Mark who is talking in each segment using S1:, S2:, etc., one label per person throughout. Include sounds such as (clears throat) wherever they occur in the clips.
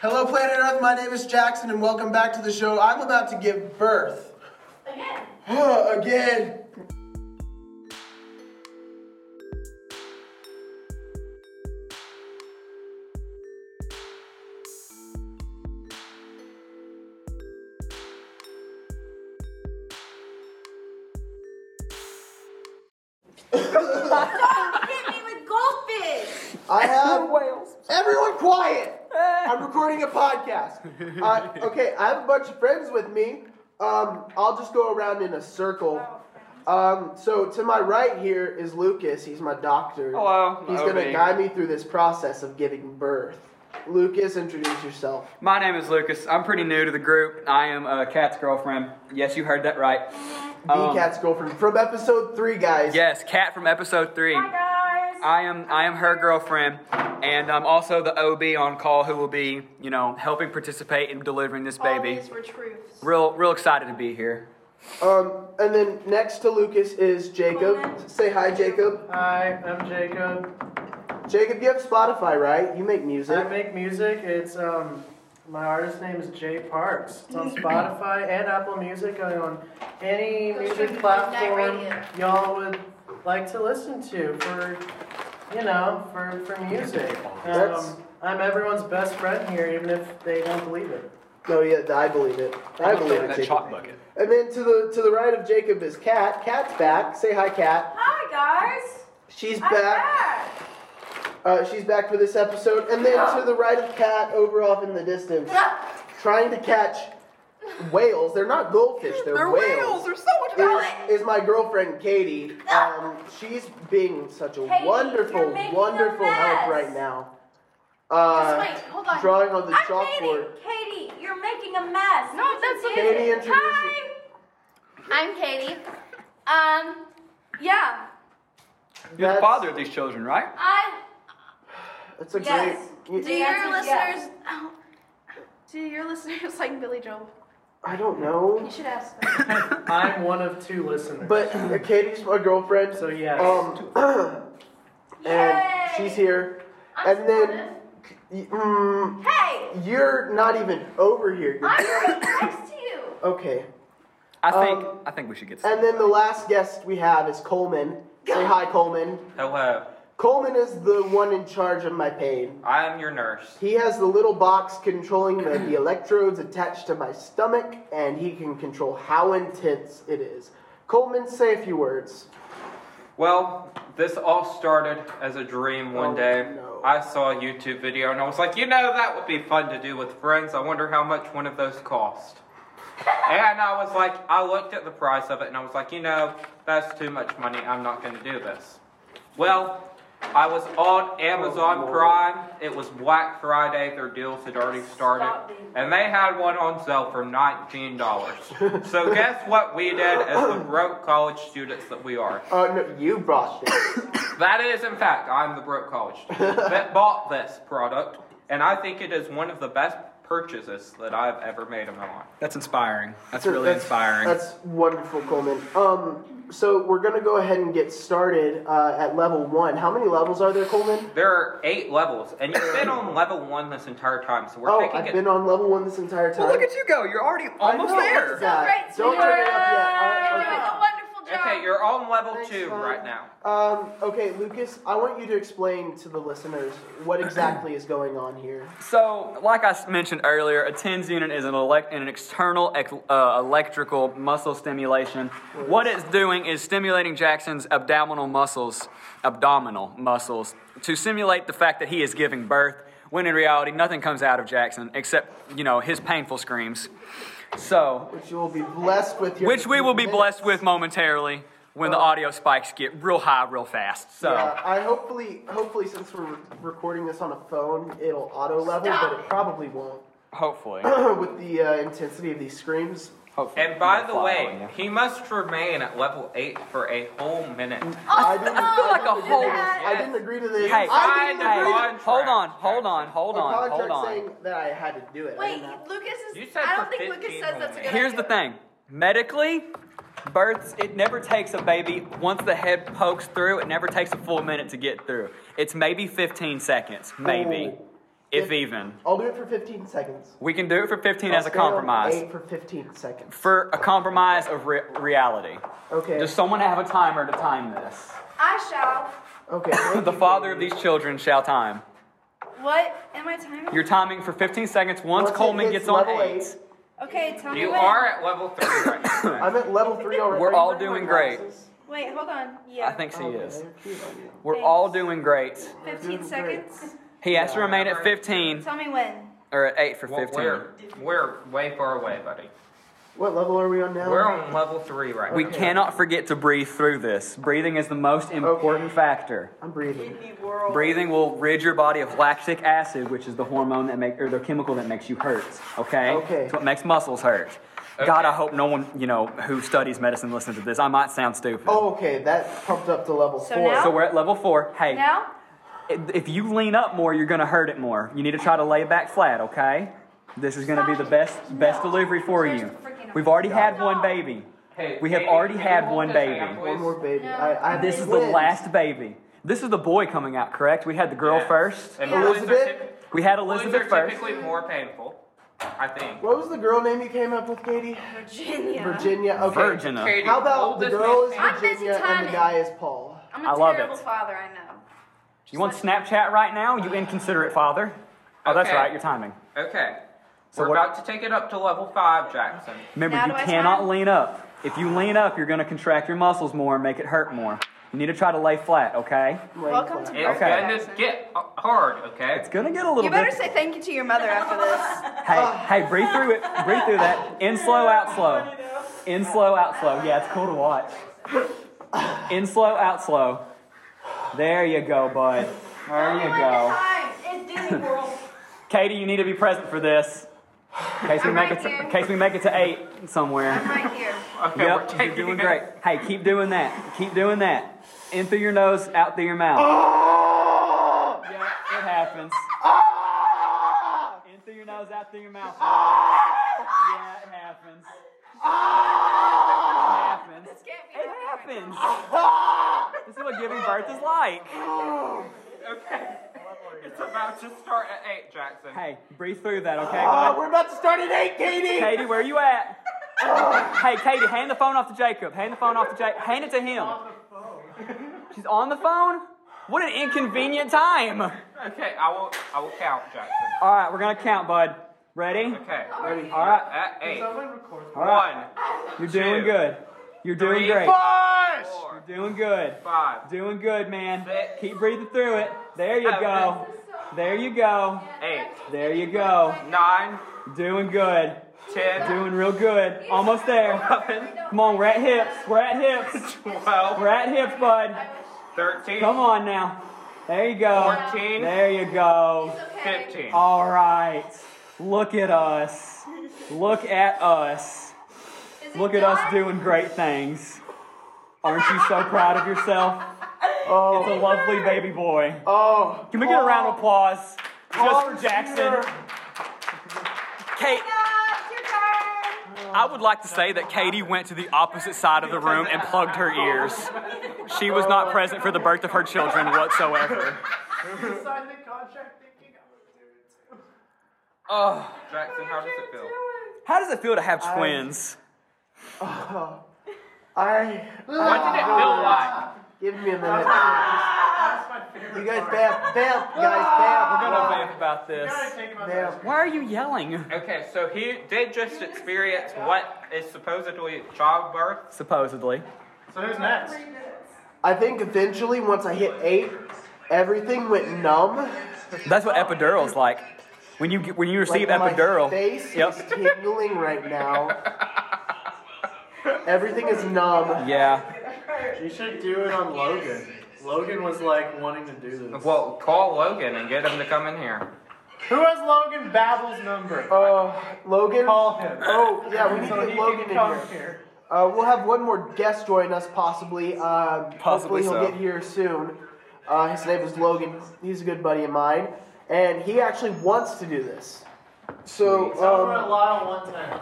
S1: Hello, planet Earth. My name is Jackson, and welcome back to the show. I'm about to give birth.
S2: Again.
S1: Again.
S2: Hit me with goldfish.
S3: (laughs)
S1: I have
S3: Whales.
S1: everyone quiet. I'm recording a podcast.
S3: (laughs)
S1: Uh, okay, I have a bunch of friends with me. Um, I'll just go around in a circle.
S3: Oh.
S1: Um, so to my right here is Lucas. He's my doctor.
S3: Hello,
S1: He's
S3: my
S1: gonna
S3: OB.
S1: guide me through this process of giving birth. Lucas, introduce yourself.
S3: My name is Lucas. I'm pretty new to the group. I am uh, Cat's girlfriend. Yes, you heard that right.
S1: The
S3: Um,
S1: cat's girlfriend from episode three, guys.
S3: Yes, Cat from episode three.
S2: Hi guys.
S3: I am I am her girlfriend, and I'm also the OB on call who will be, you know, helping participate in delivering this
S2: All
S3: baby.
S2: these were truths.
S3: Real real excited to be here.
S1: Um, and then next to Lucas is Jacob.
S2: Comment.
S1: Say hi, Jacob.
S4: Hi, I'm Jacob.
S1: Jacob, you have Spotify, right? You make
S4: I
S1: music.
S4: make music. It's um, my artist name is Jay Parks. It's on Spotify and Apple Music. I'm on any
S2: Go
S4: music
S2: stream
S4: platform
S2: Midnight
S4: y'all would like to listen to for, you know, for for music.
S1: That's-
S4: Um, I'm everyone's best friend here, even if they don't believe it.
S1: No, yeah, I believe it. I believe it, Jacob.
S3: bucket.
S1: And then to the to the right of Jacob is Kat. Kat's back. Say hi, Kat.
S2: Hi guys.
S1: She's
S2: I'm
S1: back.
S2: back.
S1: Uh, she's back for this episode. And then to the right of Kat, over off in the distance, trying to catch whales. They're not goldfish. They're, whales.
S3: There's so much
S1: Is, is my girlfriend Katie. Um, she's being such a
S2: Ah. Katie,
S1: wonderful,
S2: you're making a
S1: wonderful help
S2: mess.
S1: right now.
S2: Just
S1: Uh,
S2: wait. Hold on.
S1: drawing on the
S2: I'm
S1: chalkboard.
S2: Katie. Katie, you're making a mess.
S5: No, that's
S2: You
S5: okay.
S2: did
S1: Katie,
S2: it.
S1: introduce
S2: Hi.
S5: I'm Katie. Um, yeah,
S3: You're the
S1: That's-
S3: father of these children, right?
S5: I.
S1: That's a
S2: Yes.
S1: great.
S5: Do
S2: The
S5: your
S2: answer is
S5: listeners?
S2: yes. (laughs)
S5: Oh, do your listeners like Billy Joel?
S1: I don't know,
S5: You should ask. Them.
S4: I'm one of two listeners.
S1: but Katie's my girlfriend.
S4: so yes.
S1: Um, (clears throat) and
S2: Yay.
S1: she's here.
S2: I'm
S1: and then,
S2: supportive.
S1: y- mm,
S2: Hey.
S1: you're not even over here. You're-
S2: I'm right next to you.
S1: okay.
S3: I think
S1: Um,
S3: I think we should get
S1: And
S3: started.
S1: then the last guest we have is Coleman. Say hi, Coleman.
S6: Hello,
S1: Coleman is the one in charge of my pain.
S6: I am your nurse.
S1: He has the little box controlling the, the electrodes attached to my stomach, and he can control how intense it is. Coleman, say a few words.
S6: Well, this all started as a dream one
S1: Oh,
S6: day.
S1: no.
S6: I saw a YouTube video and I was like, you know, that would be fun to do with friends. I wonder how much one of those cost. and I was like, I looked at the price of it and I was like, you know, that's too much money. I'm not going to do this. Well, I was on Amazon
S1: Oh, Lord.
S6: Prime. It was Black Friday. Their deals had already started.
S2: Stop me.
S6: And they had one on sale for $19.
S1: (laughs)
S6: so guess what we did as the broke college students that we are?
S1: Uh, no, you brought this.
S6: That is, in fact, I'm the broke college
S3: (laughs)
S6: student that bought this product, and I think it is one of the best purchases that I've ever made in my life.
S3: That's inspiring. That's really inspiring.
S1: That's wonderful, Coleman. Um, so we're gonna go ahead and get started uh, at level one. How many levels are there, Coleman?
S6: There are eight levels, and you've
S3: (clears throat)
S6: been on level one this entire time, so we're
S1: Oh,
S6: taking
S1: I've
S6: it.
S1: been on level one this entire time.
S3: well, look at you go. You're already
S1: I
S3: almost
S1: know,
S3: there.
S1: look at that.
S5: Great,
S1: Don't turn it up yet.
S5: You're
S1: I-
S5: doing
S1: okay.
S5: a wonderful job.
S6: okay, you're on level
S1: Thanks,
S6: two
S1: Sean.
S6: right now.
S1: Um, okay, Lucas, I want you to explain to the listeners what exactly is going on here.
S3: So, like I s- mentioned earlier, a TENS unit is an, elect- an external ec- uh, electrical muscle stimulation. What it's doing is stimulating Jackson's abdominal muscles, abdominal muscles, to simulate the fact that he is giving birth. When in reality, nothing comes out of Jackson except you know his painful screams. So,
S1: Which you will be blessed with here. in
S3: which
S1: a
S3: we
S1: few
S3: will be
S1: minutes.
S3: blessed with momentarily when the audio spikes get real high, real fast. So.
S1: Yeah, I hopefully, hopefully, since we're recording this on a phone, it'll auto level, but it probably won't. (clears throat)
S3: Hopefully,
S1: with the uh, intensity of these screams.
S3: hopefully.
S6: And by
S3: We'll
S6: the
S3: follow
S6: way,
S3: you.
S6: he must remain at level eight for a whole minute.
S1: I didn't,
S3: You're like
S1: I,
S3: a
S1: didn't,
S3: whole
S1: I didn't agree to this.
S3: Hey,
S1: I didn't
S6: Fine,
S1: agree to
S6: I-
S3: hey, hold on, hold on, hold
S1: the
S3: on, hold
S1: contract
S3: on.
S1: saying that I had to do it. I
S5: Wait,
S1: didn't have-
S5: Lucas is.
S6: You said
S5: I
S6: for
S5: don't think Lucas
S6: 15
S5: says that's a good
S6: minutes.
S3: Here's the
S5: idea.
S3: thing. Medically, births, it never takes a baby, once the head pokes through, it never takes a full minute to get through. It's maybe 15 seconds, maybe. if even.
S1: I'll do it for 15 seconds.
S3: We can do it for 15 as
S1: I'll
S3: a
S1: stay on
S3: compromise.
S1: Eight for 15 seconds.
S3: For a compromise of re- reality.
S1: Okay.
S3: Does someone have a timer to time this? (laughs)
S2: I shall.
S1: okay. thank
S3: The
S1: you,
S3: father of
S1: baby.
S3: these children shall time.
S5: What am I timing?
S3: You're timing for 15 seconds once
S1: Once it
S3: Coleman
S1: hits
S3: gets on
S1: level
S3: eight.
S1: eight.
S5: Okay, tell me
S6: (laughs) You
S5: when.
S6: are at level three
S3: (laughs)
S6: right now.
S1: I'm at level three already.
S3: We're
S1: Are you
S3: all
S1: wearing my
S3: doing great.
S1: glasses?
S5: Wait, hold on. Yeah.
S3: I think she
S1: Oh, Okay,
S3: is.
S1: they're cute on you.
S3: We're
S5: Thanks.
S3: all doing great.
S5: Fifteen
S1: Doing
S5: seconds.
S3: He has to remain at 15
S5: Tell me when.
S3: or at 8 for
S6: Well,
S3: 15.
S6: We're, we're way far away, buddy.
S1: What level are we on now?
S6: We're on level three right
S3: We
S6: now.
S3: cannot forget to breathe through this. Breathing is the most important factor.
S1: I'm breathing.
S3: Breathing will rid your body of lactic acid, which is the hormone that make or the chemical that makes you hurt. Okay,
S1: Okay.
S3: it's what makes muscles hurt. God, I hope no one you know who studies medicine listens to this. I might sound stupid.
S1: Oh, okay. That pumped up to level
S5: So
S1: four.
S5: now-
S3: So we're at level four. Hey,
S5: Now?
S3: i- if you lean up more, you're gonna hurt it more. You need to try to lay back flat. Okay, this is gonna be the best best delivery for
S2: There's
S3: you.
S2: the freaking-
S3: We've already had one baby.
S6: Hey,
S3: We have
S6: baby,
S3: already
S6: can
S3: had
S6: you hold
S3: one
S6: this hand,
S3: baby.
S6: please?
S1: One more baby.
S5: No.
S1: I, I
S3: This is the
S1: wins.
S3: last baby. This is the boy coming out, correct? We had the girl
S6: Yes.
S3: first.
S6: And
S5: Yeah.
S6: boys are
S1: Elizabeth?
S6: typ-
S3: We had
S6: boys
S3: Elizabeth
S6: are
S3: first.
S6: typically more painful, I think.
S1: What was the girl name you came up with, Katie?
S5: Virginia.
S1: Virginia. Okay.
S3: Virgin.
S6: Katie,
S1: How about
S6: hold
S1: the
S6: this
S1: girl is
S6: man's hand.
S5: I'm busy
S1: Virginia and the
S5: timing.
S1: guy is Paul?
S5: I'm a
S3: I love
S5: terrible
S3: it.
S5: father, I know.
S3: You want Snapchat right now? You inconsiderate father. Oh, that's
S6: Uh, Okay.
S3: right. You're timing.
S6: Okay.
S3: So
S6: We're
S3: what-
S6: about to take it up to level five, Jackson.
S3: Remember,
S5: Now
S3: you
S5: do I
S3: cannot
S5: time?
S3: lean up. If you lean up, you're going to contract your muscles more and make it hurt more. You need to try to lay flat, okay?
S5: Welcome to
S6: It's
S5: Birth
S3: Okay.
S6: going to
S5: Jackson.
S6: get uh, hard, (laughs) okay?
S3: It's going to get a little
S5: You better
S3: bit.
S5: say thank you to your mother after
S2: (laughs) Oh,
S5: this.
S3: hey, hey, breathe through it. Breathe through that. In slow, out
S5: (laughs)
S3: slow. In slow, out slow. Yeah, it's cool to watch. In slow, out slow. There you go, bud. There
S5: Oh
S3: you go.
S2: It's Disney World.
S3: Katie, you need to be present for this. In case we
S5: I'm
S3: make
S5: right
S3: it, to,
S5: here.
S3: in case we make it to eight somewhere.
S1: (laughs)
S5: I'm right here.
S6: Okay, we're
S3: Yep, you're
S6: taking
S3: doing
S6: it.
S3: great. Hey, keep doing that. Keep doing that. In through your nose, out through your mouth.
S1: Ah!
S3: Yep, it happens.
S1: Ah!
S3: In through your nose, out through your mouth.
S1: Ah!
S3: Yeah, it happens. It
S1: Ah!
S3: happens.
S5: This can't be
S3: It
S5: happening right
S3: happens.
S1: Ah!
S3: This is what giving birth is like.
S6: Okay. It's about to start at eight, Jackson.
S3: Hey, breathe through that, okay?
S1: Ah,
S3: bud?
S1: we're about to start at eight, Katie.
S3: Katie, where you
S6: (laughs)
S3: at? hey, Katie, hand the phone off to Jacob. Hand the phone off to Jacob. Hand it to him. She's on the phone? What an inconvenient time. All
S6: Okay, I will I will count, Jackson.
S3: right, we're going to count, bud. Ready?
S6: Okay.
S1: Ready?
S3: All right,
S6: At eight.
S3: all right.
S6: One,
S3: You're doing
S6: Two.
S3: good. You're doing
S6: Three.
S3: great.
S1: Push!
S6: four,
S3: You're doing good.
S6: five,
S3: Doing good, man.
S6: Six.
S3: Keep breathing through it. There you go. There you go.
S6: eight,
S3: There you go.
S6: nine,
S3: Doing good.
S6: ten,
S3: Doing real good. Almost there.
S6: eleven,
S3: Come on, we're at hips. We're at hips. We're
S6: twelve,
S3: at hips, bud. Come
S6: thirteen,
S3: on now. There you go.
S6: fourteen,
S3: There you go.
S6: fifteen.
S3: All right. Look at us. Look at us.
S2: Is it
S3: Look at us
S2: done?
S3: doing great things. Aren't you so proud of yourself? It's a
S1: Oh,
S3: lovely baby boy.
S1: oh.
S3: Can we get a round of applause just
S1: Paul's
S3: for Jackson?
S1: here.
S3: Kate,
S2: Ah, it's your turn.
S3: I would like to say that Katie went to the opposite side of the room and plugged her ears. She was not present for the birth of her children whatsoever.
S4: signed the contract thinking I would do it too.
S6: Oh, Jackson, how does it feel?
S3: How does it feel to have twins?
S1: I.
S6: What did it feel like?
S1: Give me a minute.
S5: Ah!
S1: You guys Ah! vamp, vamp, guys vamp.
S3: about this.
S4: Gotta take my
S1: Vamp.
S3: Why are you yelling?
S6: Okay, so he did just experience what is supposedly childbirth.
S3: Supposedly.
S4: So who's next?
S1: I think eventually, once I hit eight, everything went numb.
S3: That's what epidural's like. When you get- when you receive
S1: like,
S3: epidural,
S1: My face
S3: yep.
S1: is tingling right now. everything is numb.
S3: yeah,
S4: You should do it on Logan. Logan was like wanting to do this.
S6: Well, call Logan and get him to come in here.
S4: Who has Logan Babble's number?
S1: Uh, Logan.
S4: Call him.
S1: Oh yeah, we need
S4: so
S1: to
S4: he
S1: get Logan
S4: can
S1: in here.
S4: come here.
S1: Uh, we'll have one more guest join us, possibly. Uh, hopefully
S3: Possibly
S1: he'll
S3: so.
S1: get here soon. Uh, his name is Logan. He's a good buddy of mine, and he actually wants to do this. So
S4: Tell her a
S1: um,
S4: lot on one time.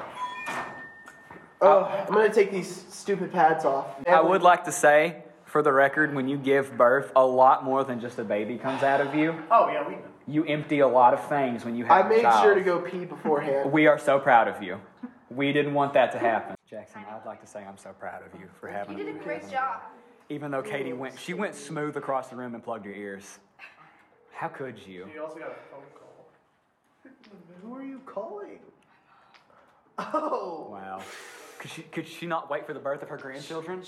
S1: uh, I'm gonna take these stupid pads off.
S3: I would like to say, for the record, when you give birth, a lot more than just a baby comes out of you.
S4: Oh yeah, we know.
S3: You empty a lot of things when you have
S1: I
S3: a
S1: made
S3: child.
S1: sure to go pee beforehand.
S3: We are so proud of you. We didn't want that to happen. Jackson, I'd like to say I'm so proud of you for having
S2: You did a great job.
S3: Even though Katie went, she went smooth across the room and plugged your ears. How could you?
S4: You also got a phone call.
S1: Who are you calling? Oh. (laughs)
S3: Wow. Could she, could she not wait for the birth of her grandchildren?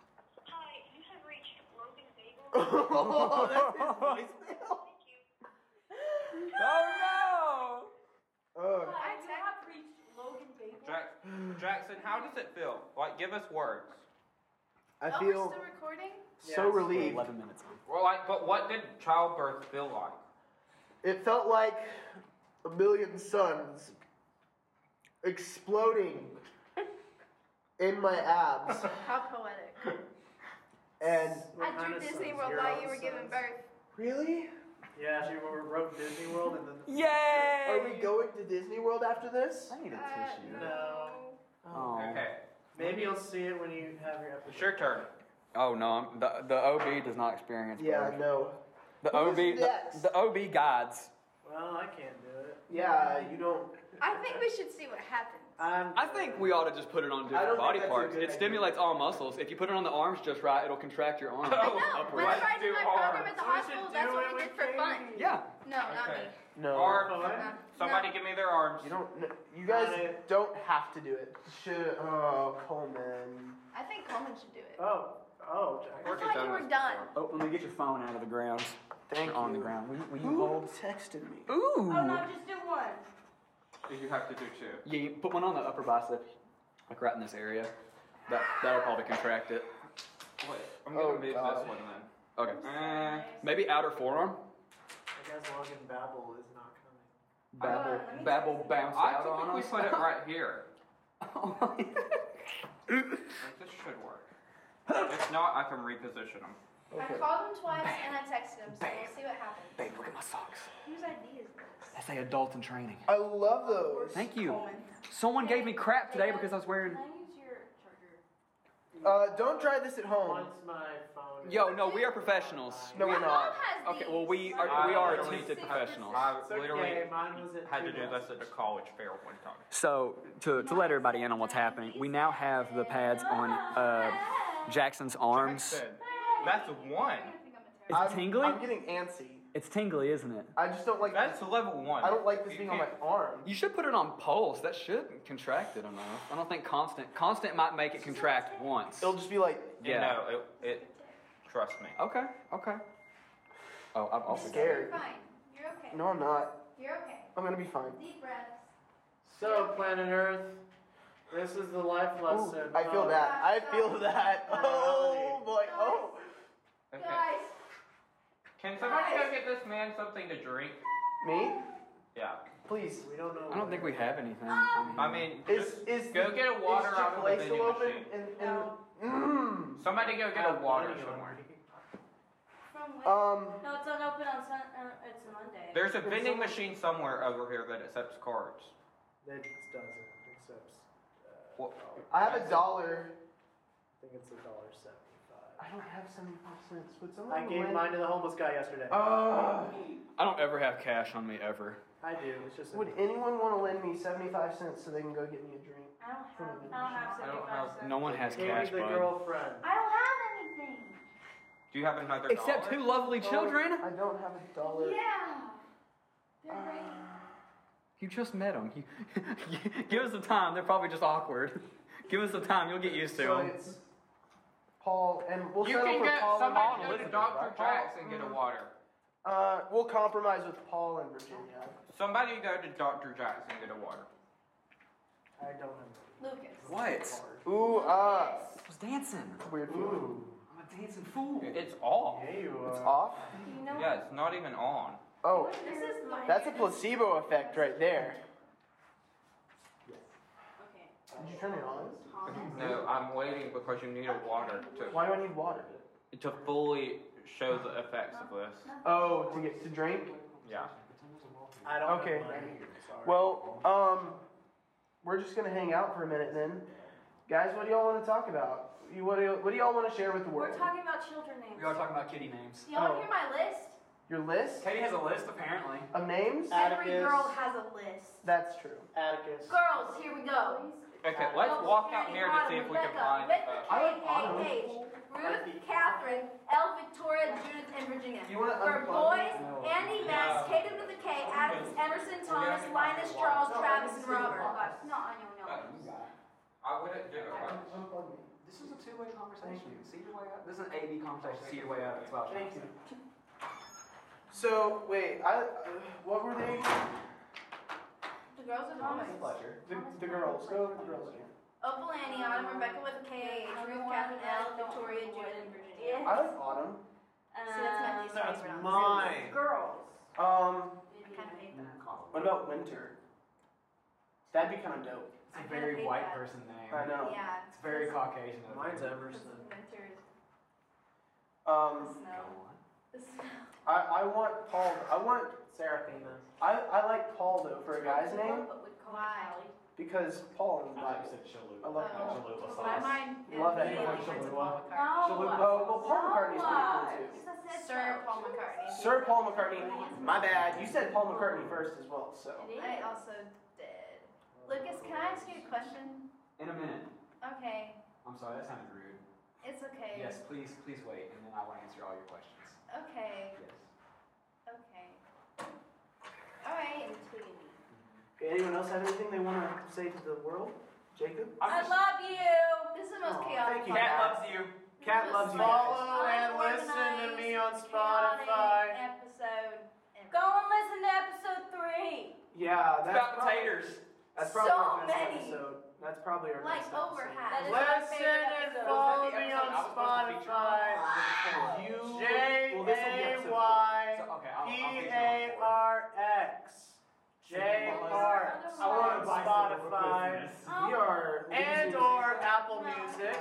S3: (laughs)
S7: Hi, you have reached Logan Bagel.
S1: oh, that's his voicemail.
S7: Thank you.
S3: Oh
S1: Oh.
S2: I have reached Logan Bagel.
S6: Jack- Jackson, how does it feel? Like, give us words.
S1: I
S5: Oh, we're
S1: feel
S5: still recording?
S1: so
S4: Yeah.
S3: no!
S1: relieved.
S3: 11 minutes.
S6: Well, like, but what did childbirth feel like?
S1: It felt like a million suns exploding in my abs.
S5: How poetic.
S1: And
S5: At your Disney World while you were giving birth.
S1: really?
S4: Yeah, she wrote Disney World and then.
S3: Yay!
S1: Are we going to Disney World after this?
S3: I need a
S5: Uh,
S3: tissue.
S4: No.
S3: Oh.
S6: Okay,
S4: Maybe you'll see it when you have your
S6: it's
S4: episode.
S6: your turn.
S3: Oh no, I'm- the the OB does not experience.
S1: Yeah,
S3: birth.
S1: no.
S3: The
S1: Who's
S3: OB the,
S1: next?
S3: the OB guides.
S4: Well, I can't do it.
S1: Yeah, you don't.
S5: I think we should see what happens.
S4: I'm
S3: I think we ought to just put it
S1: I
S3: on
S1: don't
S3: different
S1: think
S3: body
S1: that's a
S3: parts.
S1: good
S3: It
S1: idea.
S3: stimulates all muscles. If you put it on the arms just right, it'll contract your arm.
S5: I know.
S6: upward.
S5: Whenever I
S6: Let's
S5: did my
S6: do
S5: program at
S6: arms.
S5: the
S4: We should
S5: hospital,
S4: do
S5: that's
S4: it
S5: what we
S4: with
S5: did for fun.
S4: Katie.
S3: Yeah.
S5: No, not me.
S6: Okay.
S1: No.
S6: Arms.
S4: Fun?
S6: Somebody
S5: No.
S6: give me their arms.
S1: you don't. kn- You
S4: Got
S1: guys
S4: it.
S1: don't have to do it. Should. Oh, Coleman.
S5: I think Coleman should do it.
S4: Oh, oh, Jack.
S5: I feel like you were done.
S3: Openly Oh, get your phone out of the ground.
S1: Thank
S3: on
S1: you.
S3: the ground. Will, you- will you
S1: Who
S3: hold?
S1: texted me?
S3: Ooh.
S2: Oh no, just do one.
S6: You have to do two.
S3: Yeah, you put one on the upper bicep, like right in this area. That that'll probably contract it.
S6: Wait, I'm gonna
S1: Oh,
S6: move
S1: God.
S6: this one then.
S3: Okay.
S6: Eh,
S3: Maybe outer forearm.
S4: I guess Logan Babel is not coming.
S3: Babble,
S2: Uh, let me
S3: babble,
S2: just-
S3: bounce
S6: I
S3: out on
S6: typically
S3: us. (laughs)
S6: put it right here.
S3: right.
S6: Like, this should (laughs) work. If not, I can reposition them.
S5: I called him twice and I texted him, so we'll see what happens.
S3: Babe, look at my socks.
S5: Whose idea is this?
S3: That's a adult in training.
S1: I love those.
S3: Thank you. Someone gave me crap today because I was wearing.
S2: Can I use your charger?
S1: Uh, don't try this at home.
S4: Once my phone.
S3: Yo, no, we are professionals.
S1: No,
S5: My
S1: we're
S5: mom
S1: not.
S5: has
S3: Okay,
S5: these.
S3: well, we
S6: I
S3: are we are
S6: literally-
S3: tainted professionals.
S6: I
S4: It's
S6: literally
S4: okay. Mine was at
S6: had to
S4: two
S6: do
S4: months.
S6: this at the college fair one time.
S3: So to, to let everybody in on what's happening, we now have the pads on uh, Jackson's arms.
S6: Jackson, That's one.
S3: It's
S1: I'm- I'm
S3: tingly.
S1: getting antsy.
S3: It's tingly, isn't it?
S1: I just don't like.
S6: That's level one.
S1: I don't like this
S6: You
S1: being on
S6: (laughs)
S1: my
S6: can't-
S1: arm.
S3: You should put it on pulse. That should contract it enough. I don't think constant constant might make it contract once.
S1: It'll just be like
S3: Yeah.
S6: No, it, it. Trust me.
S3: Okay. Okay. Oh, I'm also got
S1: scared.
S2: You're fine. You're okay.
S1: No, I'm not.
S2: You're okay.
S1: I'm gonna be fine.
S2: Deep breaths.
S4: So, Planet Earth, this is the life
S1: Ooh,
S4: lesson.
S1: I feel
S4: of-
S1: that. I feel that.
S6: (laughs)
S1: Oh boy. Oh.
S6: Okay.
S2: Guys,
S6: Can somebody go get this man something to drink?
S1: Me?
S6: Yeah.
S1: Please.
S4: We don't know.
S3: I don't think we have anything.
S6: I mean,
S1: Is
S6: just
S1: is
S6: go
S1: the-
S6: get a water
S1: is
S6: out of the
S1: Chick-fil-A
S6: vending
S1: still open?
S6: machine.
S1: And, and,
S2: No.
S1: Mm.
S6: somebody go get a water somewhere.
S2: from when?
S1: Um.
S2: no, it's unopened on Sun. Uh, it's Monday.
S6: There's a
S1: There's
S6: vending
S1: someone-
S6: machine somewhere over here that accepts cards.
S4: That doesn't. Except. Uh,
S6: Well,
S1: I have a dollar.
S4: I think it's a dollar seventy-five.
S1: I don't have seventy-five cents. Would someone
S4: I gave
S1: lend-
S4: mine to the homeless guy yesterday.
S3: Oh.
S1: Ugh.
S3: I don't ever have cash on me ever.
S4: I do. It's just.
S1: would anyone want to lend me seventy-five cents so they can go get me a drink?
S2: I don't have.
S1: From the
S2: I don't have
S6: I don't
S2: 75
S6: have-
S2: cents.
S3: No one has
S4: Katie
S3: cash,
S4: the
S3: bud.
S4: girlfriend.
S2: I don't have anything.
S6: Do you have another
S3: Except
S6: dollar?
S3: two lovely children.
S1: I don't have a dollar.
S2: Yeah. They're great.
S3: You just met them. You, (laughs) give us the time. They're probably just awkward. (laughs) Give us the time. You'll get used to
S1: So
S3: them.
S1: it's Paul and we'll
S6: You
S1: settle
S6: can
S1: for
S6: get
S1: Paul and
S6: somebody to go to
S1: Elizabeth,
S6: Dr.
S1: right? Paul-
S6: Jackson and get a water.
S1: Uh, we'll compromise with Paul and Virginia.
S6: Somebody go to Dr. Jackson and get a water.
S4: I don't have.
S5: Lucas.
S3: What?
S1: Ooh, ah,
S3: I was dancing.
S1: weird feeling.
S4: Ooh.
S3: I'm a dancing fool.
S6: It's off.
S4: Yeah, you
S1: It's
S4: are.
S1: off.
S5: You know
S6: Yeah, it's not even on.
S1: Oh,
S5: This is my.
S1: that's a placebo effect right there.
S5: Okay.
S1: Did you turn it on?
S6: No, I'm waiting because you need a water to
S1: Why do I need water?
S6: to fully show the effects of this.
S1: Oh, to get to drink.
S6: Yeah.
S4: I don't.
S1: Okay.
S4: Have mine. Sorry.
S1: Well, um, we're just gonna hang out for a minute then, guys. What do y'all want to talk about? You what do y'all, what do y'all want to share with the world?
S2: We're talking about children names.
S3: talking about kitty names.
S2: Do y'all
S1: Oh.
S2: hear my list?
S1: Your list
S3: Katie has a list apparently.
S1: of names?
S5: Every
S8: Atticus.
S5: girl has a list.
S1: That's true.
S8: Atticus.
S2: Girls, here we go.
S6: Okay, let's walk out here to see if we can find uh, it.
S2: Rebecca,
S6: first.
S1: I like
S2: K, K, H, Ruth, Catherine, Elle, Victoria, Judith, and Virginia.
S1: You wanna
S2: For
S1: unplug?
S2: boys, Andy, Max, Caden with a K, Adams, Emerson, Thomas, Linus, Charles, Travis, and Robert. No, I don't know.
S6: I wouldn't do it. right?
S3: This is a two-way conversation. See your way out. This is an A-B conversation. See your way out. That's what I was
S1: Thank you. So, wait, I, uh, what were they?
S2: The girls are Thomas.
S3: Pleasure.
S1: The, the girls. Go over the girls here.
S2: Opal, Annie, Autumn, Rebecca with a K, H, Ruth, Catherine, Elle, Victoria, Judith, and Virginia. Um,
S1: I like autumn.
S2: See, that's my least
S8: That's
S2: favorite.
S8: mine.
S2: Girls.
S1: Um,
S2: I kind of hate that.
S1: what about winter? That'd be kind of dope.
S3: It's a very white person name.
S1: I know.
S2: Yeah.
S3: It's very Caucasian.
S8: Mine's
S2: Because
S8: Emerson.
S2: winter is the
S1: Um,
S2: snow. The snow.
S1: I, I want Paul. I want.
S8: Seraphina.
S1: I, I like Paul though for a guy's name
S2: But would call
S5: Why?
S2: Allie.
S1: because Paul is black. I love that.
S5: Oh. My mind
S1: Love that
S5: immediately
S1: collection,
S5: turns to
S8: Lua.
S5: Paul McCartney.
S2: No.
S1: Oh well, Paul McCartney's pretty cool too.
S5: Sir Paul McCartney.
S1: Sir Paul McCartney. My bad. You said Paul McCartney first as well, so.
S5: I also did. Lucas, can I ask you a question?
S3: In a minute.
S5: Okay,
S3: I'm sorry. That sounded rude.
S5: it's okay.
S3: Yes, please, please wait, and then I will answer all your questions.
S5: Okay,
S3: Yes.
S5: okay. All right.
S1: Anyone else have anything they want to say to the world? Jacob.
S2: I love you.
S5: This is the most
S1: Aw,
S5: chaotic.
S1: thank you.
S5: podcast.
S1: Cat
S3: you.
S1: Cat loves you. guys.
S4: Follow and listen to me on Spotify.
S5: Episode. ever.
S2: Go and listen to episode three.
S1: Yeah, that's probably,
S3: taters.
S1: That's probably
S2: So
S1: our best
S2: many.
S1: episode. That's probably our
S5: Like
S1: best
S5: over
S1: episode.
S5: half.
S2: That is-
S4: Listen and follow me on Spotify.
S1: You.
S4: J
S1: Well, this will be
S4: A
S1: episode
S4: Y
S3: So, okay, I'll, I'll
S4: P
S3: fix it
S4: A
S3: on four.
S4: R X. J Parks
S2: I
S4: on
S2: wanna
S4: Spotify
S1: We are
S4: and or Apple Music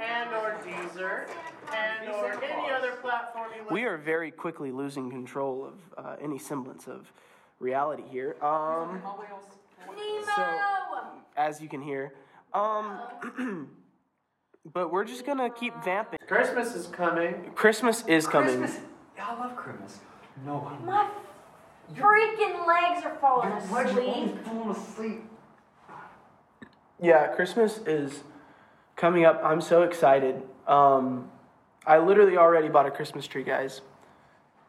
S4: and or Deezer and or any other platform you listen.
S1: We are very quickly losing control of uh, any semblance of reality here. Um,
S2: Nemo.
S1: So- as you can hear, um, (clears throat) but we're just gonna keep vamping.
S4: Christmas is coming.
S1: Christmas is coming.
S3: I love Christmas. No, I don't.
S2: My freaking legs are falling asleep.
S3: falling asleep.
S1: Yeah, Christmas is coming up. I'm so excited. Um, I literally already bought a Christmas tree, guys.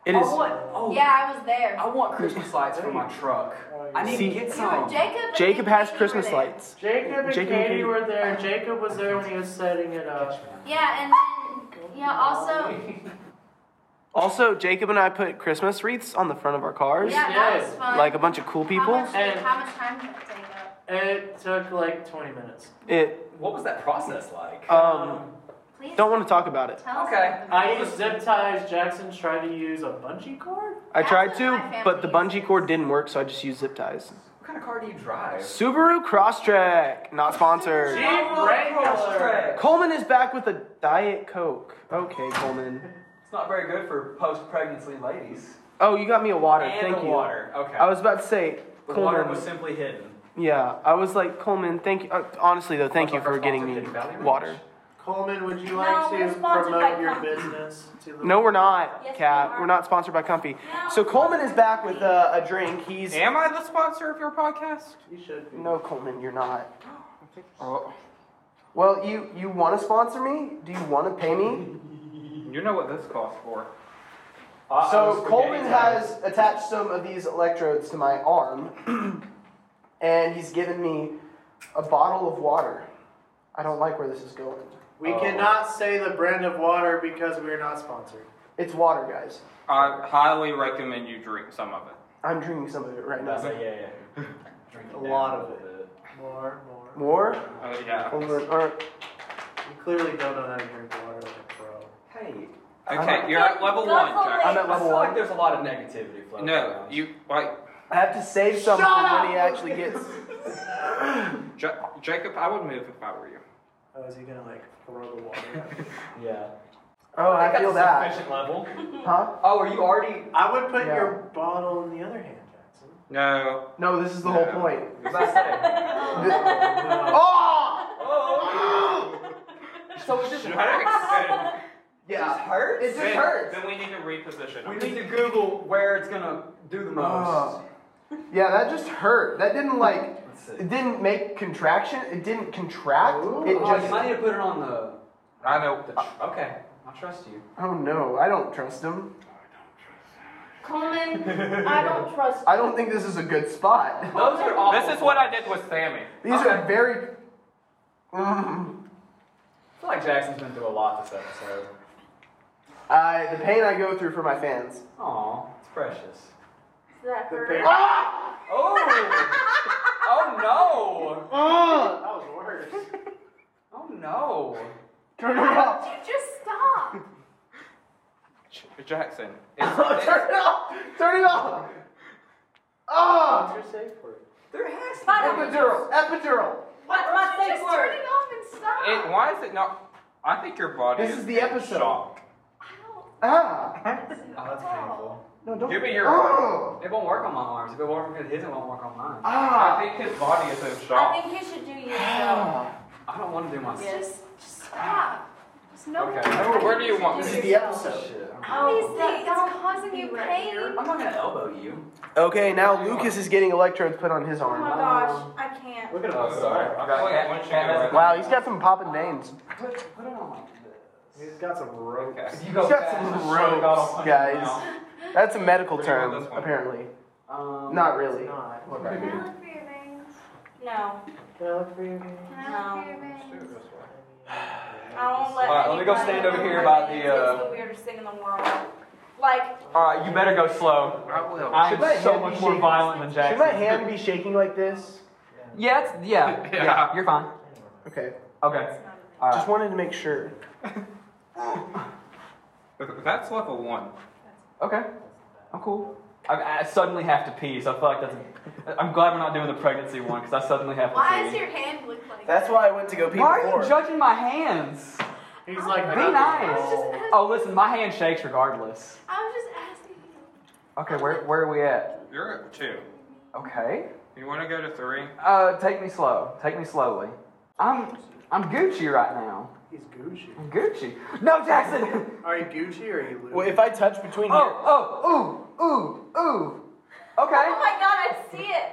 S1: It is.
S3: I want, oh,
S5: Yeah, I was there.
S3: I want Christmas lights for my truck. I need
S1: See-
S3: to get
S5: You were
S3: some.
S5: Jacob. and
S1: Jacob has
S5: Katie were
S1: Christmas
S5: there.
S1: lights.
S4: Jacob and
S1: Jacob and Katie.
S4: Katie were there. Jacob was there when he was setting it up.
S5: Yeah, and then yeah, also
S1: Also, Jacob and I put Christmas wreaths on the front of our cars,
S5: yeah, that was fun.
S1: like a bunch of cool people.
S5: How much,
S4: And-
S5: how much time did that take up?
S4: It took like 20 minutes.
S1: It.
S3: What was that process like?
S1: Um,
S5: Please
S1: don't want to talk about it.
S5: tell us.
S3: Okay.
S5: something.
S4: I used zip ties. Jackson tried to use a bungee cord.
S1: I tried
S5: That's what my
S1: to,
S5: family
S1: but the bungee
S5: uses.
S1: cord didn't work, so I just used zip ties.
S3: What kind of car do you drive?
S1: Subaru Crosstrek, not sponsored.
S4: Jeep Wrangler.
S1: Coleman is back with a Diet Coke. Okay, Coleman.
S3: It's not very good for post-pregnancy ladies.
S1: Oh, you got me a water.
S3: and
S1: thank
S3: the
S1: you.
S3: water. Okay.
S1: I was about to say,
S3: the
S1: Coleman.
S3: water was simply hidden.
S1: yeah, I was like, Coleman, thank you. Uh, honestly, though, thank
S3: Also,
S1: you
S3: our
S1: for getting
S3: sponsor
S1: me
S3: didn't value
S1: water.
S3: much.
S4: Coleman, would you
S2: No,
S4: like
S2: we're
S4: to
S2: sponsored by
S4: promote your
S2: Coleman.
S4: business to the
S1: No, we're not,
S2: Yes, we
S1: Cat.
S2: are.
S1: are not sponsored by Comfy.
S2: No.
S1: So Coleman is back with uh, a drink. He's
S6: Am I the sponsor of your podcast?
S4: You should be.
S1: no Coleman. You're not.
S6: Oh,
S1: Well, you you want to sponsor me? Do you want to pay me?
S6: you know what this costs for.
S3: Uh,
S1: So Coleman has attached some of these electrodes to my arm, (clears throat) and he's given me a bottle of water. I don't like where this is going.
S4: We
S6: Oh.
S4: cannot say the brand of water because we are not sponsored.
S1: It's water, guys.
S6: I highly recommend you drink some of it.
S1: I'm drinking some of it right now.
S3: yeah, yeah. (laughs) Drink
S1: A lot of
S3: it.
S4: More, more.
S1: More?
S6: Oh yeah.
S1: Over and over.
S4: You clearly don't know how to drink water like a pro.
S3: Hey,
S6: Okay, you're at level one, Jack.
S1: I'm at
S3: I
S1: level
S3: feel like
S1: one.
S3: there's a lot of negativity floating
S6: No,
S3: around.
S6: you like
S1: I have to save some for when he actually gets. (laughs)
S6: Ja- Jacob. I would move if I were you.
S4: Oh, is he gonna like throw the water at me?
S3: Yeah.
S1: Oh, I feel that.
S3: Sufficient level.
S1: Huh?
S3: (laughs) Oh, are you already?
S4: I would put
S1: Yeah.
S4: your bottle in the other hand,
S3: (laughs)
S4: Jackson.
S6: No.
S1: No, this is the whole
S6: No.
S1: point. (laughs)
S3: Was I saying? (laughs)
S1: This-
S4: No.
S1: oh!
S3: Oh. so is this
S6: Jackson.
S1: Yeah.
S8: It just hurts.
S1: It just
S6: Then-
S1: hurts.
S6: Then we need to reposition
S3: We
S6: them.
S3: need to Google where it's gonna do the most.
S1: Oh. Yeah, that just hurt. That didn't like.
S8: Let's see.
S1: It didn't make contraction. It didn't contract. It
S3: Oh, you might
S1: just.
S3: need to put it on the.
S6: I know.
S3: Okay, I trust you.
S1: Oh no, I don't trust him.
S9: Coleman, I don't trust.
S1: I don't think this is a good spot. (laughs)
S3: Those are awful.
S6: This is what I did with Sammy.
S1: These are very. Mm.
S3: I feel like Jackson's been through a lot this episode.
S1: I the pain I go through for my fans.
S3: Aw, it's precious.
S9: that
S4: The
S9: hurt.
S4: pain-
S1: Ah!
S3: Oh! oh no!
S4: That
S1: Ah!
S4: was worse.
S3: Oh no!
S1: Turn it off.
S2: You just stop.
S6: J- Jackson.
S1: (laughs)
S6: It's,
S1: Turn it off. Turn it off. Ah.
S4: What's your safe word?
S3: There has to
S1: Epidural. Epidural.
S9: What's my
S2: Just
S9: safe
S2: turn
S9: word?
S2: it off and stop.
S6: it, why is it not? I think your body.
S1: This is the
S6: in
S1: episode.
S6: Shock.
S1: Ah.
S3: Oh, that's painful.
S1: No, don't.
S6: Give me your.
S1: Ah.
S3: It won't work on my arms. If it won't work on his, it won't work on mine.
S1: Ah.
S6: I think his body is in
S9: I
S6: shock.
S9: think you should do yourself.
S1: (gasps)
S3: I don't want to do my
S9: Yes.
S2: Just stop.
S5: There's no
S6: Okay.
S5: one-
S6: Where do you want
S1: This
S6: me?
S1: is the episode.
S3: shit.
S2: Obviously,
S9: Oh, that-
S2: it's
S9: don't
S2: causing
S9: be
S2: you
S9: right
S2: pain.
S9: here.
S3: I'm not gonna elbow you.
S1: Okay, now Lucas is getting electrodes put on his
S9: Oh my
S1: arm.
S9: gosh, I can't.
S4: Look at him.
S3: Oh,
S6: sorry.
S3: sorry.
S6: I feel like once you get
S1: Oh
S6: rid of-
S1: Wow, he's got some popping veins.
S3: Put, put it on like this.
S4: He's got some rope.
S6: Okay.
S3: You go
S1: He's got
S3: fast,
S1: some
S3: I swear to God, I'll punch you
S1: ropes,
S3: in the
S1: guys. That's a medical
S6: Pretty well,
S1: term,
S6: this one.
S1: apparently.
S3: mouth. Um,
S1: Not really.
S4: Not.
S3: Look
S2: Can
S3: right
S2: I
S3: here.
S2: look for your veins?
S9: No,
S4: Can I look for
S3: (sighs)
S4: you?
S2: Can I look for your
S6: Sure,
S2: veins?
S6: that's right.
S9: I won't let.
S3: Alright, let me go
S9: anybody
S3: stand over
S9: look
S3: here
S9: at
S3: by
S9: my
S3: the,
S9: face.
S3: uh,
S9: It's the weirdest thing in the world. Like,
S3: Alright, you better go slow.
S6: I will.
S3: I
S1: Should my
S3: am so
S1: hand be
S3: much more
S1: shaking?
S3: violent than
S1: Should my
S3: Jackson.
S1: hand be shaking like this?
S3: Yeah, it's, (laughs) yeah, yeah,
S6: Yeah.
S3: You're fine.
S1: Okay.
S3: Okay. Alright.
S1: Just wanted to make sure.
S6: That's level one.
S3: Okay. I'm cool. I, I suddenly have to pee, so I feel like that's. A, I'm glad we're not doing the pregnancy one because I suddenly have to
S2: Why
S3: pee.
S2: does your hand look like
S1: That's why I went to go pee
S3: Why are you
S1: before.
S3: judging my hands?
S4: He's like,
S3: Be
S4: nothing.
S3: nice.
S2: that?
S3: Oh, listen, my hand shakes regardless.
S2: I was just asking you.
S3: Okay, where where are we at?
S6: You're at two.
S3: Okay.
S6: You want to go to three?
S3: Uh, take me slow. Take me slowly. I'm I'm Gucci right now.
S4: He's Gucci.
S3: I'm Gucci. No, (laughs) Jackson.
S4: Are you Gucci or are you Lou?
S1: Well, if I touch between here,
S3: Oh, oh, ooh, ooh, ooh. Okay.
S9: oh my god, I see it.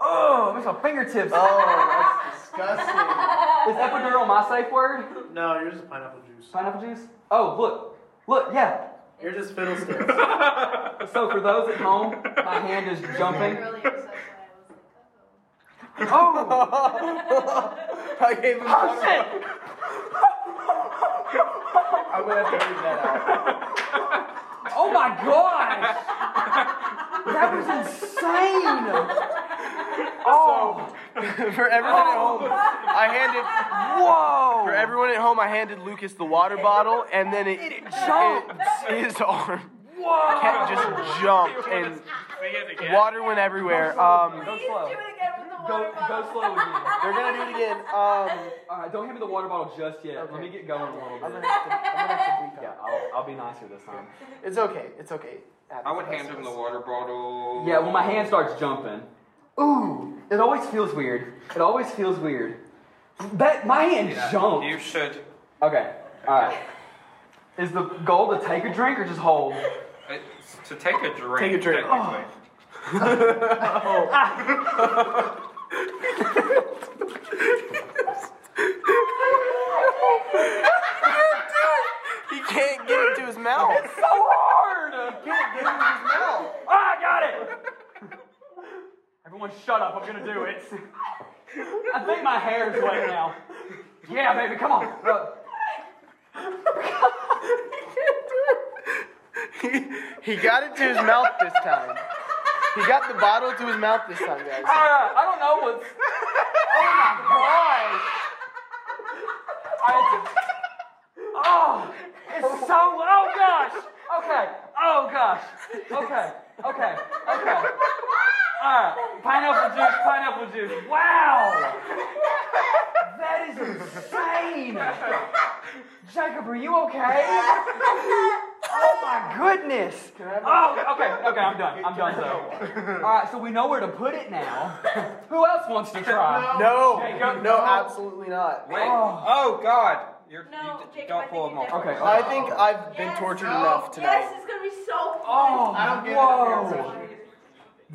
S3: Oh, there's my fingertips.
S1: oh, (laughs) that's disgusting.
S3: Is epidural my safe word?
S4: (laughs) no, you're just pineapple juice.
S3: Pineapple juice? Oh, look. Look, yeah.
S4: You're just fiddlesticks. (laughs)
S3: So for those at home, my hand is jumping.
S5: Earlier, so that's why I was like, oh.
S3: Oh,
S1: I gave him.
S3: oh shit.
S1: I'm gonna have to leave that out.
S3: Oh my gosh. That was insane. Oh,
S1: (laughs) for everyone at home, I handed.
S3: whoa.
S1: For everyone at home, I handed Lucas the water bottle, and then it, it
S3: jumped.
S1: His arm
S3: Whoa.
S1: cat just jumped, and
S6: Say it again.
S1: water went everywhere. Um,
S3: Go
S9: Please do
S3: slow.
S9: it again with the
S3: Go,
S9: water
S3: go
S9: bottle.
S3: slow again.
S1: they're gonna do it again. Um,
S3: All right, don't hand me the water bottle just yet. Let me get going a little
S1: I'm
S3: bit.
S1: gonna have to, I'm gonna have to
S3: Yeah,
S1: beat
S3: I'll, I'll be nicer this time.
S1: It's okay. It's okay.
S6: I would hand him the water bottle.
S3: Yeah, when my hand starts jumping. Ooh, it always feels weird. It always feels weird. That my hand jumped.
S6: You should.
S3: Okay. All right. Is the goal to take a drink or just hold?
S6: It's uh, to take a drink.
S1: Take a drink.
S6: technically.
S1: He can't get it to his mouth.
S3: It's so hard.
S1: can't get it to his mouth.
S3: Ah, I got it. Everyone, shut up. I'm gonna do it. I think my hair is wet now. Yeah, baby, come on. Uh,
S1: He, he got it to his mouth this time. He got the bottle to his mouth this time, guys.
S3: Ah, I don't know what's. Oh my gosh! I- oh, it's so. Oh gosh. Okay. Oh gosh. Okay. Okay. Okay. All right. Pineapple juice. Pineapple juice. Wow. That is insane. Jacob, are you okay? Oh my goodness. Oh, okay. Okay, I'm done. I'm done. So. All right. So we know where to put it now. Who else wants to try?
S1: No,
S3: Jacob,
S1: no, absolutely not.
S6: Wait.
S3: Oh.
S6: Oh, God. You're,
S2: No,
S6: you d-
S2: Jacob, I
S6: don't
S2: think
S6: pull
S2: you
S6: them off.
S2: did.
S3: Okay,
S1: I
S3: okay.
S1: think I've been
S2: Yes.
S1: tortured
S4: No.
S1: enough
S2: Yes,
S1: tonight.
S2: it's gonna be so fun.
S3: Oh,
S4: I don't get it.
S3: whoa.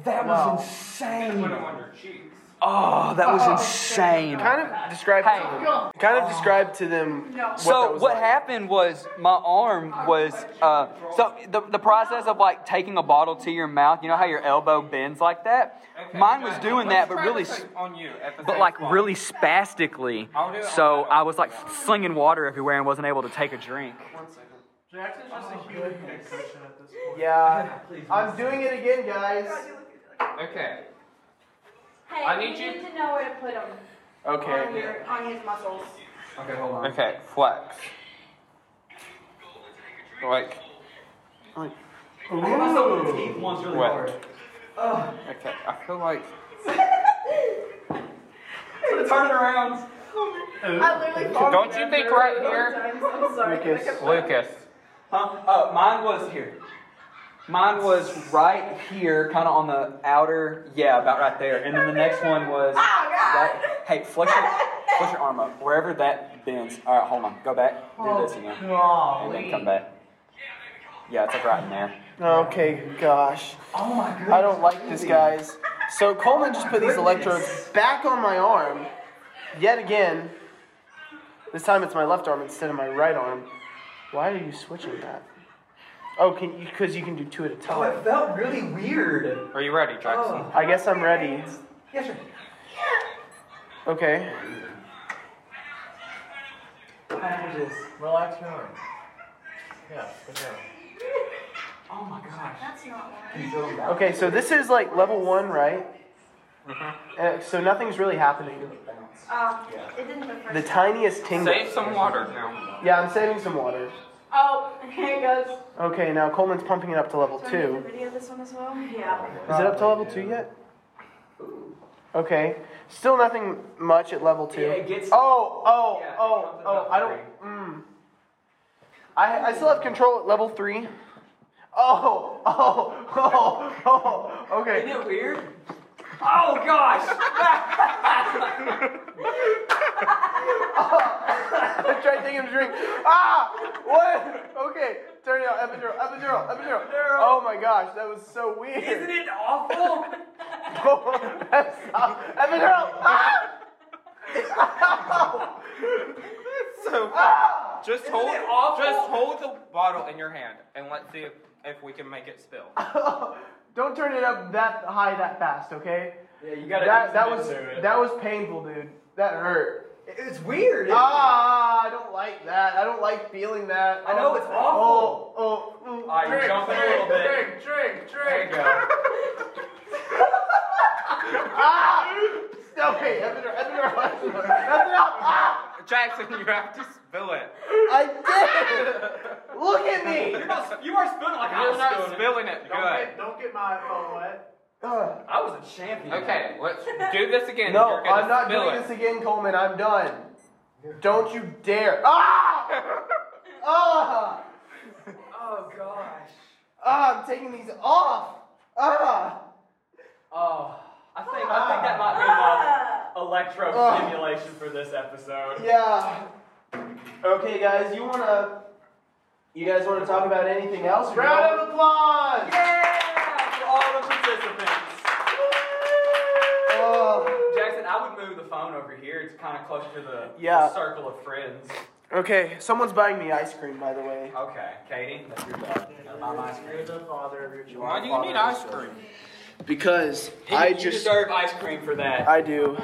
S3: That
S4: Wow.
S3: was
S6: Put them
S3: insane.
S6: on your cheeks.
S3: Oh, that was insane.
S1: Kind of describe
S3: Hey.
S1: to them. Kind of describe to them. What that
S3: So
S1: was
S3: what
S1: like.
S3: happened was my arm was uh, so the, the process of like taking a bottle to your mouth. You know how your elbow bends like that.
S6: Okay,
S3: Mine
S6: guys,
S3: was doing
S6: let's
S3: that, but
S6: try
S3: really,
S6: the
S3: s-
S6: same on you at the
S3: but
S6: same
S3: like
S6: spot.
S3: really spastically.
S6: I'll do it
S3: So
S6: on my
S3: I was like slinging water everywhere and wasn't able to take a drink.
S4: Jackson's just a human concussion at this point.
S10: Yeah. I'm doing it again, guys.
S6: Okay.
S2: Hey,
S6: I need
S2: you
S6: you-
S2: need to know where to put them on
S1: Okay.
S2: your on his muscles.
S6: Okay, hold on. Okay, flex. Like, wet. Okay, I feel like. Turn around.
S5: I literally fall
S6: Don't you think right here?
S1: Lucas.
S6: Lucas.
S3: Huh? Uh, mine was here. Mine was right here, kind of on the outer. Yeah, about right there. And then the next one was.
S2: Oh god.
S3: Right, hey, flex your, flex your arm up wherever that bends. All right, hold on. Go back. Do this again, and then come back. Yeah, it's like right in there.
S1: Okay. Gosh.
S3: Oh my goodness.
S1: I don't like this, guys. So Coleman just put these electrodes back on my arm, yet again. This time it's my left arm instead of my right arm. Why are you switching that? Oh, can you? Because you can do two at a
S3: Oh,
S1: time.
S4: felt really weird.
S6: Are you ready, Jackson?
S1: I guess I'm ready.
S4: Yes, sir.
S1: Okay.
S4: Relax your arm. Yeah, good job.
S3: Oh
S1: Okay. So this is like level one, right?
S3: Mm-hmm.
S1: Uh, so nothing's really happening.
S2: Uh, it didn't the first.
S1: The tiniest tingle.
S6: Save some water now.
S1: Yeah, I'm saving some water.
S2: Oh, (laughs) here it goes.
S1: Okay, now Coleman's pumping it up to level
S5: Do I need
S1: two.
S5: to video this one as well?
S2: Oh, Yeah.
S1: Is it up to level two yet? Okay. Still nothing much at level two.
S3: Yeah, it gets-
S1: oh, oh,
S6: Yeah, it
S1: oh,
S6: comes at
S1: oh,
S6: level
S1: I don't. Mm. I, I still have control at level three. Oh, oh, (laughs) oh, oh, okay.
S3: it weird? Oh gosh!
S1: I tried taking a drink. Ah! What? Okay, turn it out. Epidural, epidural, epidural. Oh my gosh, that was so weird. Oh,
S3: Isn't it awful?
S1: (laughs) epidural! Ah! (laughs)
S6: (laughs) So, just hold,
S3: it awful?
S6: just hold the bottle in your hand, and let's see if, if we can make it spill.
S1: Don't turn it up that high that fast, okay?
S3: Yeah, you
S1: That that was that was painful, dude. That hurt.
S3: It's weird.
S1: Ah, I don't like that. I don't like feeling that.
S3: I know,
S1: Oh,
S3: it's awful.
S1: Oh, oh. mm.
S3: Alright, you're jumping a little bit.
S4: Drink,
S3: There you
S4: drink, drink.
S3: go.
S1: Ah! Okay, epidural, epidural, epidural. epidural. Ah!
S6: (laughs) Jackson, you have to spill (laughs) it.
S1: I did. Look at me.
S3: You're not, you are spilling like I
S6: You're
S3: was
S6: not
S3: spilling.
S6: spilling it.
S4: Don't get,
S6: Good.
S4: don't get my phone wet.
S1: Ugh.
S3: I was a champion.
S6: Okay, let's do this again.
S1: No,
S6: You're gonna
S1: I'm not
S6: spill
S1: doing
S6: it.
S1: this again, Coleman. I'm done. Don't you dare. Ah! Ah!
S3: Oh gosh.
S1: Ah, I'm taking these off. Ah!
S3: Oh, I think I think that might be
S2: Ah.
S3: enough electro stimulation for this episode.
S1: Yeah. Okay, guys, you wanna? You guys wanna talk about anything else?
S4: Round of
S1: applause.
S3: For all the participants.
S1: Oh.
S3: Jackson, I would move the phone over here. It's kind of close to the,
S1: Yeah.
S3: the circle of friends.
S1: okay, someone's buying me ice cream, by the way.
S3: Okay, Katie, that's your job. Gotta buy my ice cream.
S4: You're the father of your children.
S6: Why do you need ice cream?
S1: Because I
S3: you
S1: just,
S3: deserve ice cream for that.
S1: I do.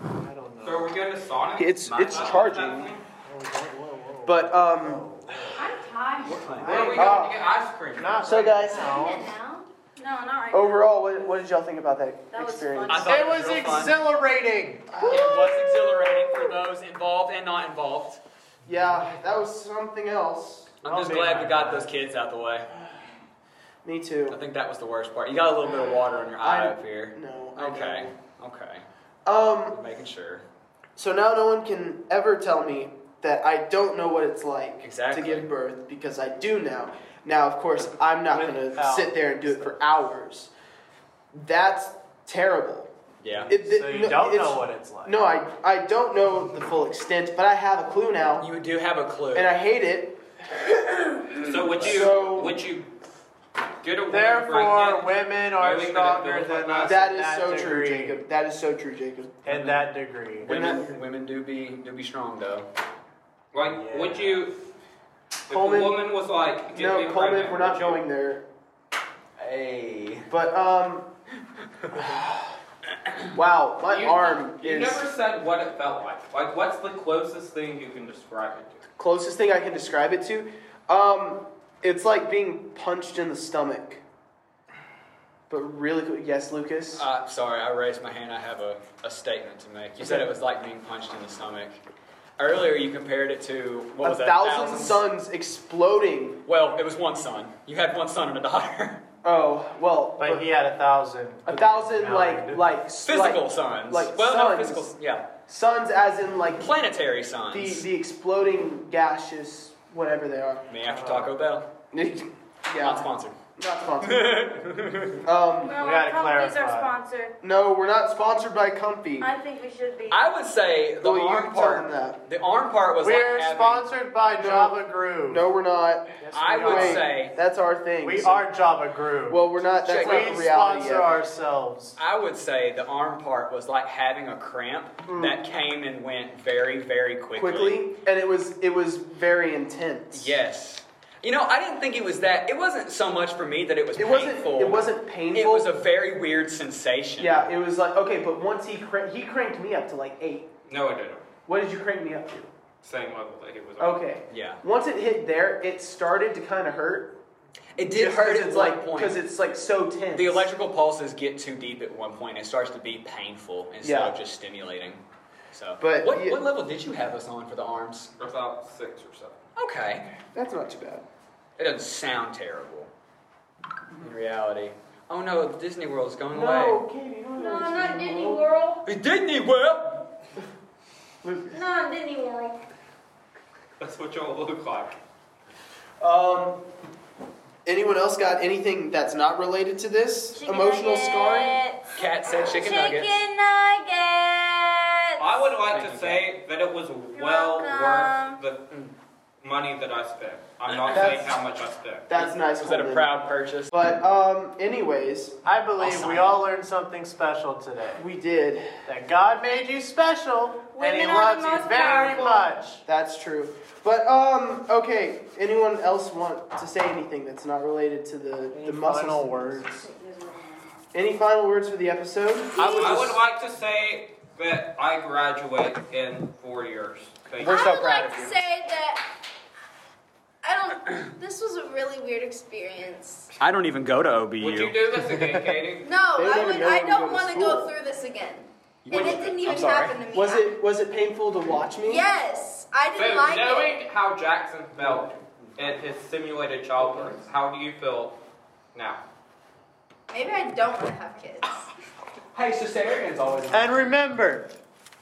S4: I don't know.
S6: So are we going to Sonic?
S1: It's it's charging,
S4: Whoa, whoa, whoa.
S1: but um.
S2: (laughs) I'm tired.
S6: Where are we going
S1: Uh,
S6: to get ice cream?
S4: Not
S1: So
S4: right
S1: guys,
S4: now.
S2: No, not right.
S1: overall, what, what did y'all think about that,
S2: That was
S1: experience?
S2: fun.
S3: I thought
S4: It was
S3: real fun.
S4: exhilarating.
S3: It was exhilarating for those involved and not involved.
S1: Yeah, that was something else.
S3: I'm
S4: Oh,
S3: just glad we got those kids out the way.
S4: (sighs)
S1: Me
S3: I
S1: too.
S3: think that was the worst part. You got a little bit of water in your eye
S1: I-
S3: up here.
S1: No. I
S3: Okay, okay.
S1: don't. Um.
S3: Making sure.
S1: So now no one can ever tell me that I don't know what it's like
S3: Exactly.
S1: to give birth because I do now. Now, of course, I'm not going to
S3: Without-
S1: sit there and do it for hours. That's terrible.
S3: Yeah.
S1: It-
S3: so
S1: it-
S3: you
S1: no,
S3: don't
S1: it's-
S3: know what it's like.
S1: No, I, I don't know the full extent, but I have a clue now,
S3: You do have a clue.
S1: and I hate it.
S6: So would you
S1: So-
S6: would you get a woman
S4: Therefore,
S6: pregnant?
S4: women are
S6: Women
S4: stronger
S6: that
S4: than
S6: don't
S4: us.
S1: That
S4: in
S1: is so true,
S4: degree.
S1: Jacob. That is so true, Jacob.
S4: In that degree.
S3: women, women do be do be strong though.
S6: Like would you? If
S1: Coleman-
S6: a woman was like, get me
S1: No, Coleman,
S6: pregnant,
S1: we're not
S6: would you-
S1: going there.
S3: Hey.
S1: But
S6: (laughs)
S1: um, wow, my
S6: You-
S1: arm
S6: You
S1: is
S6: never said what it felt like. Like, what's the closest thing you can describe it to?
S1: closest thing I can describe it to. Um, it's like being punched in the stomach. But really, cool. yes, Lucas.
S3: Uh, sorry, I raised my hand. I have a, a statement to make. You said it was like being punched in the stomach. Earlier, you compared it to what
S1: a
S3: was that?
S1: thousand
S3: Thousands?
S1: suns exploding.
S3: Well, it was one son. You had one son and a daughter. (laughs)
S1: Oh well,
S4: But he had a thousand.
S1: a thousand like like
S3: Physical
S1: like,
S3: sons.
S1: like
S3: well,
S1: suns.
S3: no, physical. Yeah,
S1: suns, as in like
S3: planetary
S1: the
S3: sons.
S1: the exploding gaseous whatever they are. (laughs)
S3: Me after Taco Bell. Not
S1: yeah,
S3: sponsored.
S1: not sponsored. (laughs)
S11: No,
S1: um,
S4: We gotta
S11: Company's our
S4: clarify.
S11: sponsor.
S1: no, we're not sponsored by Comfy.
S11: I think we should be.
S3: I would say the
S1: Well, you tell
S3: arm part.
S1: them that.
S3: The arm part was
S4: We're
S3: like having.
S4: sponsored by Java Groove.
S1: No, we're not.
S4: Yes,
S3: I
S4: we
S3: would
S4: are.
S1: Wait,
S3: say-
S1: that's our thing.
S4: we
S1: So-
S4: are Java Groove.
S1: Well, we're not. That's
S3: Check.
S1: not the
S4: we
S1: reality
S4: sponsor
S1: yet.
S4: ourselves.
S3: I would say the arm part was like having a cramp that came and went very, very
S1: Hmm. quickly, and it was it was very intense.
S3: Yes. You know, I didn't think it was that. It wasn't so much for me that it was
S1: It wasn't.
S3: painful.
S1: It wasn't painful.
S3: It was a very weird sensation.
S1: Yeah, it was like okay, but once he crank, he cranked me up to like eight.
S6: No, I didn't.
S1: What did you crank me up to?
S6: Same level that he was on.
S1: Okay.
S3: Yeah.
S1: Once it hit there, it started to kind of hurt.
S3: It did
S1: Just 'cause
S3: hurt at
S1: it's
S3: like
S1: like
S3: point.
S1: because it's like so tense.
S3: the electrical pulses get too deep at one point. It starts to be painful instead
S1: Yeah.
S3: of just stimulating. So,
S1: But
S3: what,
S1: you-
S3: what level did you have us on for the arms?
S6: About six or seven. (laughs)
S3: Okay.
S1: That's not too bad.
S3: It doesn't sound terrible. In reality. Oh no, Disney World's going
S1: No, Katie, you don't
S11: no,
S1: know this
S11: not
S1: is
S11: Disney
S1: wrong.
S11: World.
S3: away. Disney World!
S11: No, not Disney World.
S6: That's what y'all look like.
S1: Um. Anyone else got anything that's not related to this
S11: Chicken
S1: emotional
S11: nuggets.
S1: scarring?
S3: Cat said chicken
S11: Chicken
S3: nuggets.
S11: nuggets.
S6: I would like
S3: Thank
S6: to
S3: you.
S6: say that it was
S11: You're
S6: well
S11: welcome.
S6: worth the money that I spent. I'm not
S1: That's-
S6: saying how much I spent.
S1: That's nice.
S3: Was that a
S1: Holden.
S3: proud purchase?
S1: But um. Anyways,
S4: I believe
S3: Awesome.
S4: we all learned something special today.
S1: we did.
S4: That God made you special, and He
S11: Women are the
S4: loves you
S11: most
S4: very
S11: powerful.
S4: much.
S1: That's true. But um, okay. Anyone else want to say anything that's not related to the the muscles?
S4: words.
S1: Any final words for the episode?
S6: I would, like to say that I graduate in four years. Thank you.
S1: We're so
S2: I would
S1: proud
S2: like
S1: of
S2: to
S1: you.
S2: say that I don't. This was a really weird experience.
S12: I don't even go to OBU.
S6: Would you do this again, Katie?
S2: No,
S1: They don't
S2: I
S1: even
S2: would.
S1: know
S2: I
S1: when we go
S2: don't
S1: to
S2: want to
S1: school.
S2: go through this again. And it didn't even
S3: sorry.
S2: happen to me.
S1: Was it was it painful to watch me?
S2: Yes, I
S6: So,
S2: didn't like it.
S6: knowing how Jackson felt at his simulated childbirth, how do you feel now?
S2: Maybe I don't want to have kids.
S1: (laughs)
S3: Hey, cesarean's always.
S4: And remember,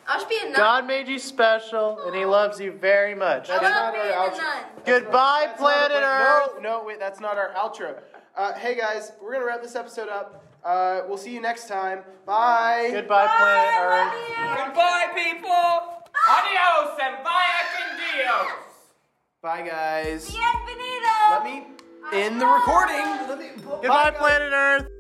S2: I should be a nun.
S4: God made you special, and He loves you very much.
S2: I love
S1: not
S2: being
S1: our
S2: a
S1: outro.
S2: nun.
S4: Goodbye,
S1: That's not-
S4: planet
S1: wait,
S4: Earth.
S1: No, no, wait. That's not our outro. Uh, hey guys, we're gonna wrap this episode up. Uh, we'll see you next time. Bye.
S4: Goodbye, planet Earth.
S6: Goodbye, people! Adios and via condios!
S1: Bye guys.
S2: Bienvenido.
S1: Let me end the recording.
S4: Goodbye, planet Earth.